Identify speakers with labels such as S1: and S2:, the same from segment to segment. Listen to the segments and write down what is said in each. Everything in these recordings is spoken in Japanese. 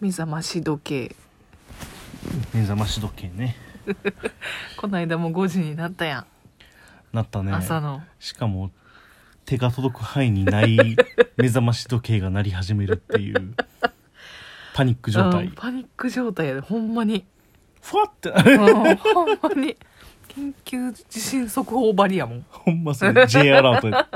S1: 目覚まし時計
S2: 目覚まし時計ね
S1: こないだも5時になったや
S2: なった
S1: ん、
S2: ね
S1: 朝の
S2: しかも手が届く範囲にない 目覚まし時計が鳴り始めるっていうパニック状
S1: うん
S2: 態
S1: パニック状態やでほんまに
S2: ふわって
S1: うんほんまに緊急地震速報ばりやもん
S2: ほんまそれ J アラートや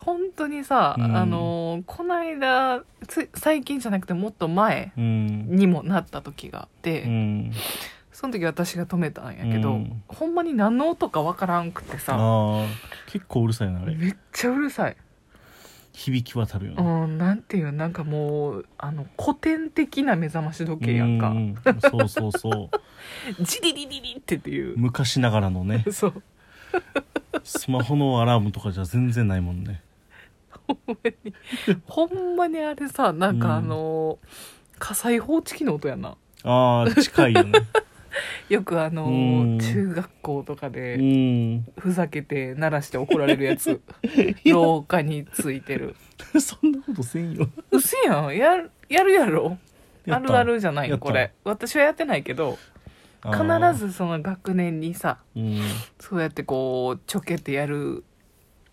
S1: 本当にさ、
S2: うん
S1: あのーこないだつ最近じゃなくてもっと前
S2: うん
S1: にもなった時があって、
S2: うん
S1: その時私が止めたんやけど、
S2: うん
S1: ほんまに何の音かわからんくてさ
S2: あー結構うるさいなあれ
S1: めっちゃうるさい、
S2: 響き渡るよ
S1: う
S2: ね
S1: ん、なんていうなんかもうあの古典的な目覚まし時計やんか、
S2: うんそうそうそう
S1: ジリリリリってっていう、
S2: 昔ながらのね
S1: そう
S2: スマホのアラームとかじゃ全然ないもんね
S1: ほんまにあれさなん
S2: うん
S1: かあのー火災報知機の音やな
S2: ああ近 いよね
S1: よくあの
S2: うん
S1: ー中学校とか
S2: う
S1: で
S2: ん
S1: ふざけて鳴らして怒られるやつ廊下についてる
S2: そんなことせんよ
S1: うせやんやるやるやろ
S2: や
S1: あ
S2: った
S1: るあるじゃない
S2: やっ
S1: の
S2: た
S1: これ私はやってないけど
S2: あ
S1: 必
S2: ー
S1: ずその学年にさ
S2: う
S1: そうやってこうちょけてやる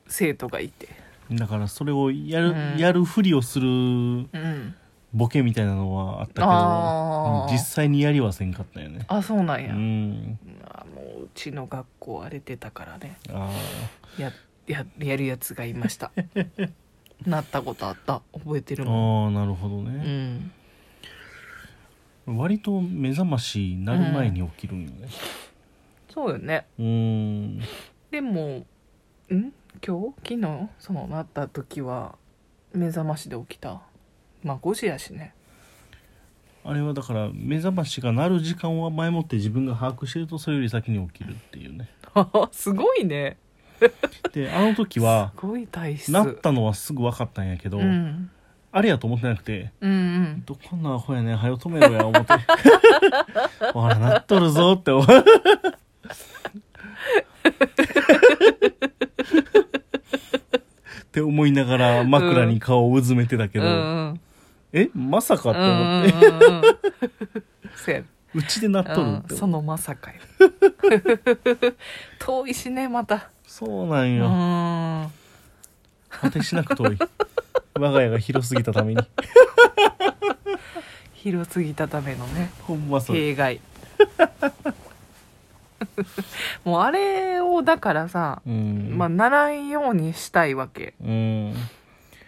S1: 生徒がいて
S2: ん、だからそれをやる、
S1: うん
S2: やるふりをする
S1: うん
S2: ボケみたいなのはあったけど
S1: あー
S2: うん実際にやりはせんかったよね
S1: あそうなん
S2: う
S1: や、
S2: ん
S1: あもううちの学校荒れてたからね
S2: あ
S1: やややるやつがいました なったことあった覚えて
S2: ー
S1: る
S2: あ
S1: もん
S2: ーなるほど
S1: う
S2: ね、
S1: ん
S2: 割と目覚ましなる前に起きるんよね
S1: そうよね
S2: うん
S1: でもん今日昨日そのなった時は目覚ましで起きたまあ5時やしね
S2: あれはだから目覚ましが鳴る時間は前もって自分が把握してるとそれより先に起きるっていうね
S1: すごいね
S2: であの時は
S1: すごい体質
S2: なったのはすぐ分かったんやけど、
S1: うん、
S2: あれやと思ってなくて
S1: うんうん
S2: どこんなアホやねん、はよ止めろや、思って。 ほら、なっとるぞって思う。 って思いながら枕に顔をうずめてたけ
S1: うん
S2: ど、
S1: うん
S2: えまさかって
S1: うん
S2: 思って、
S1: うんうんそや
S2: うちでなっとるって
S1: うんそ
S2: 思う
S1: のまさ かよ遠いしねまた
S2: そうなん
S1: う
S2: よ
S1: ん
S2: 果てしなく遠い我が家が広すぎた ために
S1: 広すぎたためのね
S2: ほんまそれ
S1: 弊害 もうあれをだからさ、
S2: うん
S1: まあならんようにしたいわけ
S2: うん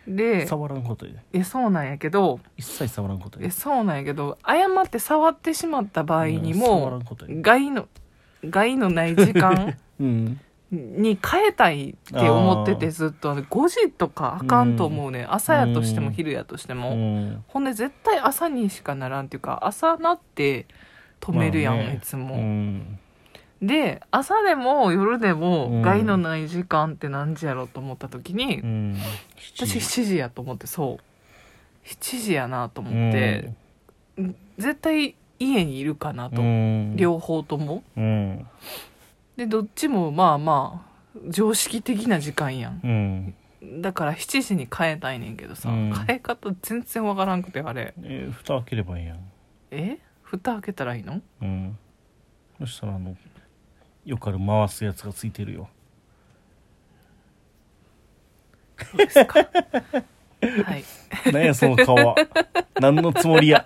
S1: で
S2: 触らんことやで
S1: えそうなんやけど
S2: 一切触らんことや
S1: え
S2: で
S1: そうなんやけど誤って触ってしまった場合に
S2: うん触
S1: も
S2: らんことやで
S1: 害の害のない時 間
S2: うん
S1: に変えたいって思って
S2: あ
S1: て
S2: ー
S1: ずっと5時とかあかんと思うね、朝やとしても昼やとして
S2: う
S1: も、
S2: ん
S1: ほんで絶対朝にしかならんっていうか朝なって止めるやん、
S2: まあね
S1: いつ
S2: う
S1: も、
S2: ん
S1: で朝でも夜で
S2: う
S1: も
S2: ん
S1: 害のない時間って何時やろうと思った時に、
S2: うん
S1: 私7時やと思ってそう7時やなと思って、絶対家にいるかなと、
S2: うん、
S1: 両方とも
S2: うん
S1: でどっちもまあまあ常識的な時間やん
S2: うん
S1: だから7時に変えたいねんけどさ、
S2: うん
S1: 変え方全然わからんくてあれ
S2: えー蓋開ければいいやん、
S1: え蓋開けたらいいの
S2: うん、そしたらあのよくある回すやつがついてるよ
S1: そうですかはい
S2: 何やその顔は何のつもりや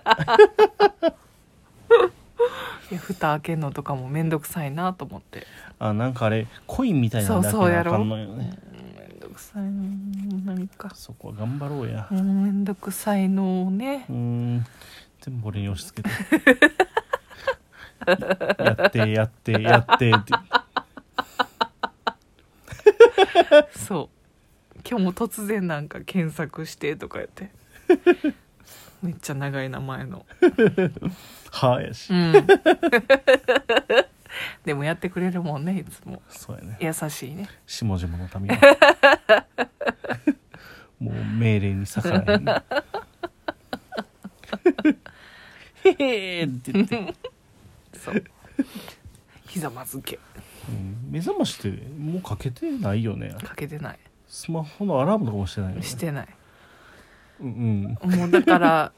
S1: いや蓋開けんのとかもめんどくさいなと思って
S2: あなんかあれコインみたいなのだけ
S1: そうそう
S2: な
S1: や
S2: あ
S1: ろ
S2: かんのよね
S1: うんめんどくさいのなんか
S2: そこは頑張ろうや
S1: もうめんどくさいのを ね
S2: うーん全部俺に押し付 けてやってやってやってって
S1: そう今日も突然なんか検索してとか言って めっちゃ長い名前の
S2: はあやし、
S1: うんでもやってくれるもんねいつも
S2: そうやね
S1: 優しいね
S2: 下々の民は もう命令に逆らえへんねへへーって言って、
S1: そうひざまずけ
S2: うん目覚ましってもうかけてないよね
S1: かけてない
S2: スマホのアラームとかもしてないよね
S1: して ない
S2: うん
S1: もうだから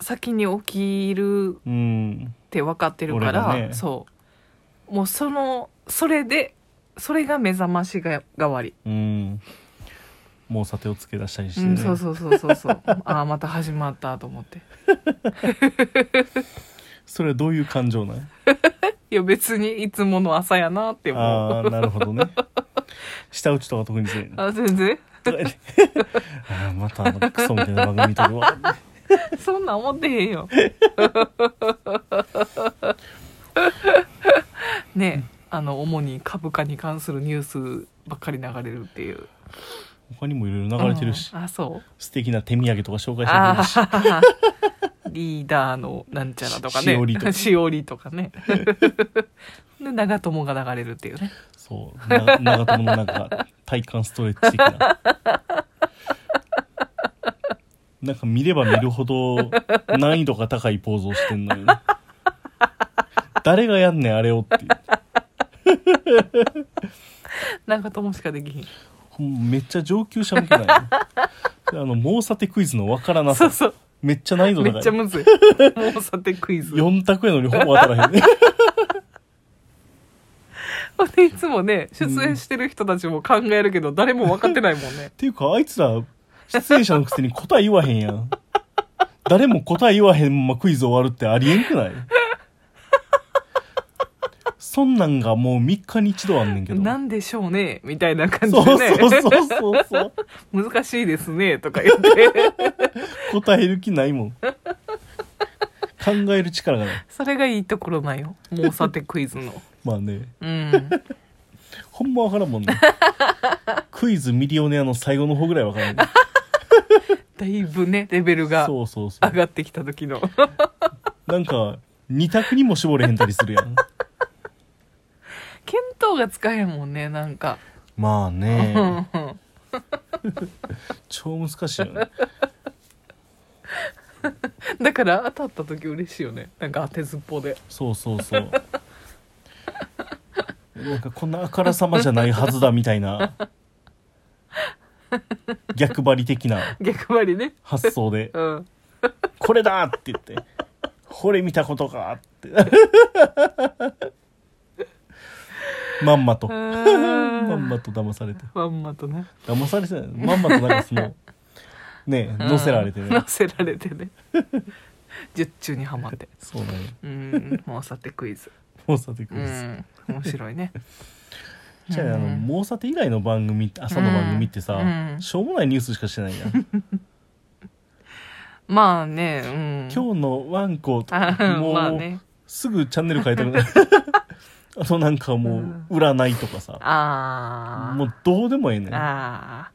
S1: 先に起きる
S2: うんうん
S1: って分かってるから、
S2: 俺がね
S1: そうもうそのそれでそれが目覚ましが代わり、
S2: うんもうさてをつけ出したりして、
S1: う
S2: ね
S1: ん、そうそうそうそうそう ああまた始まったと思って
S2: それはどういう感情なん
S1: いや別にいつもの朝やなって思う
S2: ああなるほどね舌打ちとか特にせえ
S1: あ全然
S2: とか言ってああまたあのクソみたいな番組見とるわ
S1: そんなん思ってへんよ ねえあの主に株価に関するニュースばっかり流れるっていう
S2: 他にもいろいろ流れてるし、
S1: うんあそう
S2: 素敵な手土産とか紹介してくれ
S1: あ
S2: るし
S1: あリー ダーのなんちゃらとかね
S2: しおりと か
S1: しおりとか ねで長友が流れるっていうね
S2: そうな長友のなんか体幹ストレッチ的な なんか見れば見るほど難易度が高いポーズをしてんのよ、ね、誰がやんねんあれをっていう
S1: 長友しかできひん
S2: ほんまめっちゃ上級者向けないあの猛査定クイズのわからな
S1: そう
S2: さ
S1: そう
S2: めっちゃ難易度
S1: めっち
S2: 高
S1: ゃ
S2: い
S1: むずいもうさてクイズ
S2: 4択やのにほぼ当たらへんね
S1: ほんでいつもね出演してる人たちも考えるけど誰も分かってないもんね
S2: っていうかあいつら出演者のくせに答え言わへんやん誰も答え言わへんままクイズ終わるってありえんくないそんなんがもう3日に一度あんねんけど
S1: なんでしょうねみたいな感じ
S2: そう
S1: でね
S2: そうそうそうそう
S1: 難しいですねとか言って
S2: 答える気ないもん考える力がない
S1: それがいいところなんよもうさてクイズの
S2: まあね
S1: うん
S2: ほんまわからんもんねクイズミリオネアの最後の方ぐらいわからんね
S1: だいぶねレベルが
S2: そうそうそ
S1: 上
S2: う
S1: がってきた時の
S2: なんか2択にも絞れへんたりするやん
S1: 見当がつかへんもんねなんか、
S2: まあね
S1: うんうん
S2: 超難しいよね
S1: だから当たった時嬉しいよねなんか当てずっぽうで
S2: そうそうそうなんかこんなあからさまじゃないはずだみたいな逆張り的な
S1: 逆張りね
S2: 発想で
S1: うん
S2: 「これだ!」って言って「これ見たことか!」ってま んまとま
S1: ま
S2: んまと騙されて
S1: まんまとね
S2: 騙されてないまんまとなんかそのねえ乗せられて
S1: うん
S2: ね
S1: 乗せられてね術中にはまって
S2: そうね
S1: うんもうさてクイズ
S2: モーサテク
S1: う
S2: イズ、
S1: ん面白いね
S2: じゃああの
S1: うん
S2: モーサテ以外の番組って朝の番組ってさ、
S1: うん
S2: しょうもないニュースしかしてないやん
S1: まあねうん
S2: 今日のワンコと
S1: あ
S2: かもう、
S1: まあね
S2: すぐチャンネル変 えたくなるあとなんかもう占いとかさ、
S1: ああ
S2: もうどうでもええねん
S1: ああ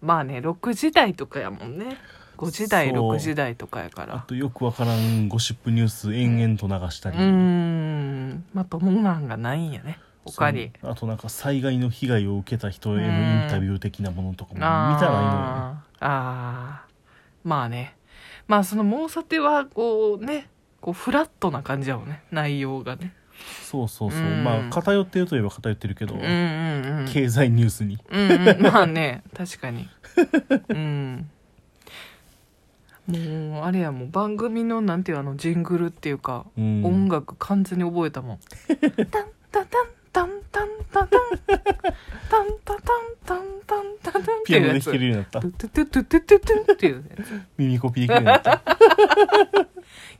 S1: まあね6時台とかやもんね5時台
S2: そう
S1: 6時台とかやから
S2: あとよくわからんゴシップニュース延々と流した
S1: う
S2: り、
S1: ーんまあ友なんがないんやね他に
S2: そうあとなんか災害の被害を受けた人へのインタビュー的なものとかも見たら
S1: あーあーまあねまあその「もうさて」はこうねこうフラットな感じやもんね内容がね
S2: いいのよそうそうそう、
S1: うん
S2: まあ偏ってるといえば偏ってるけど、
S1: うんうんうん
S2: 経済ニュースに
S1: うんうんまあね確かにうんもうあれやもう番組のなんていうあのジングルっていうか
S2: うん
S1: 音楽完全に覚えたもん。タンタタンタンタンタンタンタンタタンタンタンタンタンって
S2: ピアノ
S1: いうや
S2: で弾
S1: つ。
S2: けるようになった
S1: トゥトゥトゥトゥトゥトゥっていうやつ
S2: 耳コピーできるようになった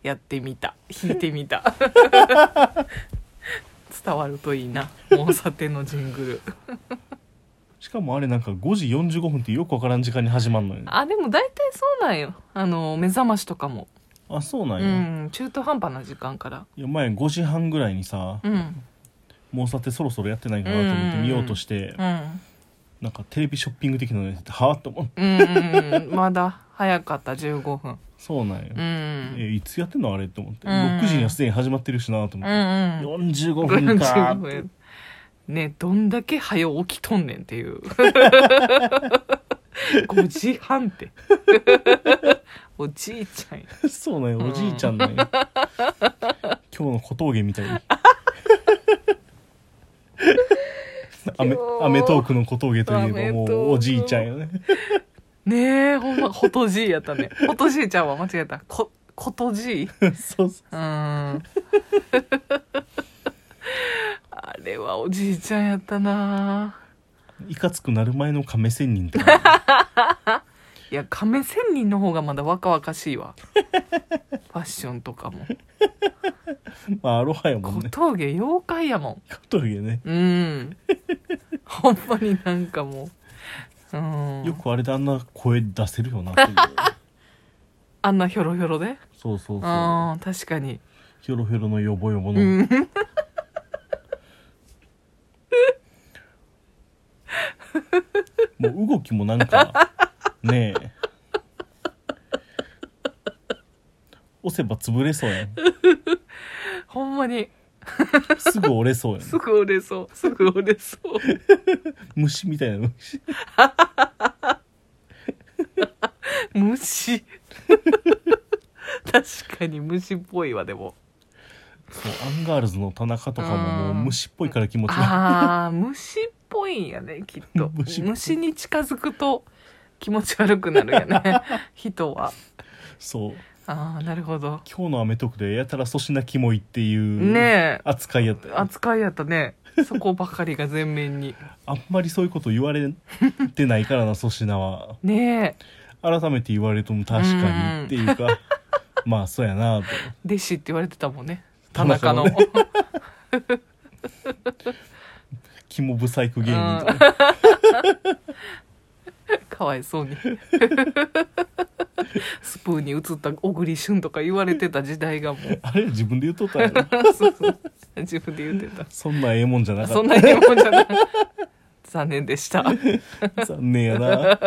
S1: やってみた弾いてみ た伝わるといいなもうさてのジングル
S2: しかもあれなんか5時45分ってよくわからん時間に始まるのよね
S1: あでも大体そうなんよあの目覚ましとかも
S2: あそうなん
S1: う
S2: や、
S1: ん中途半端な時間から
S2: いや前5時半ぐらいにさ
S1: うん
S2: 「もうさてそろそろやってないかな」と思って見ようとして、
S1: うん
S2: なんかテレビショッピング的なのやっててはあと思う
S1: うんうんうんまだ早かった15分
S2: そうなんや、
S1: うん
S2: えいつやってんのあれと思って、
S1: うん
S2: 6時にはすでに始まってるしなと
S1: うんう
S2: 思って、
S1: ん
S2: 45分か
S1: 45分ねどんだけ早起きとんねんっていう 5時半って おじいちゃんや
S2: そうなんやおじいちゃんなん や、今日の小峠みたいにあアメアメトークの小峠といえ
S1: ア
S2: ばも
S1: メトー
S2: う
S1: ク
S2: おじいちゃんよね
S1: ねえほんまホトジーやったねホトジーちゃんは間違えたこコトジー
S2: そうそう
S1: うーん あれはおじいちゃんやったない
S2: かつくなる前の亀仙人って 感
S1: いや亀仙人の方がまだ若々しい わファッションとかも
S2: じまあアロハやもん
S1: 小
S2: ね
S1: 峠妖怪やも
S2: 小峠ね
S1: んうんほんまになんかもううん
S2: よくあれであんな声出せる よなっていう
S1: あんなひょろひょろで
S2: そうそうそう
S1: あー確かに
S2: ヒョロヒョロのヨボヨボの、
S1: うん
S2: もう動きもなんかねえ押せば潰れそうやん
S1: ほんまに
S2: すぐ折れそうやん
S1: すぐ折れそうすぐ折れそう
S2: 虫みたいなの
S1: 虫確かに虫っぽいわでも
S2: そうアンガールズの田中とかももう
S1: うん
S2: 虫っぽいから気持ちが
S1: あー虫っぽいんやねきっと
S2: 虫っぽい
S1: 虫に近づくと気持ち悪くなるよね 人は
S2: そう
S1: ああなるほど
S2: 今日の『アメトーク』でやたら粗品キモいっていう
S1: ねえ
S2: 扱いやったよ
S1: 扱いやったねそこばかりが前面に
S2: あんまりそういうこと言われてないからな粗品は
S1: ねえ
S2: 改めて言われるとも確
S1: う
S2: か
S1: ん
S2: にってい うかまあそうやなと
S1: 弟子って言われてたもんね田
S2: 田
S1: 中
S2: 中
S1: の
S2: のねキモブサイク芸人とか
S1: かわいそうに スプーンに映った小栗旬とか言われてた時代がもう
S2: あれ自分で言っとったんやろ
S1: そうそう自分で言ってた
S2: そんなええもんじゃなか
S1: そ
S2: っ
S1: んなにもんじゃない残念でした
S2: た残念やな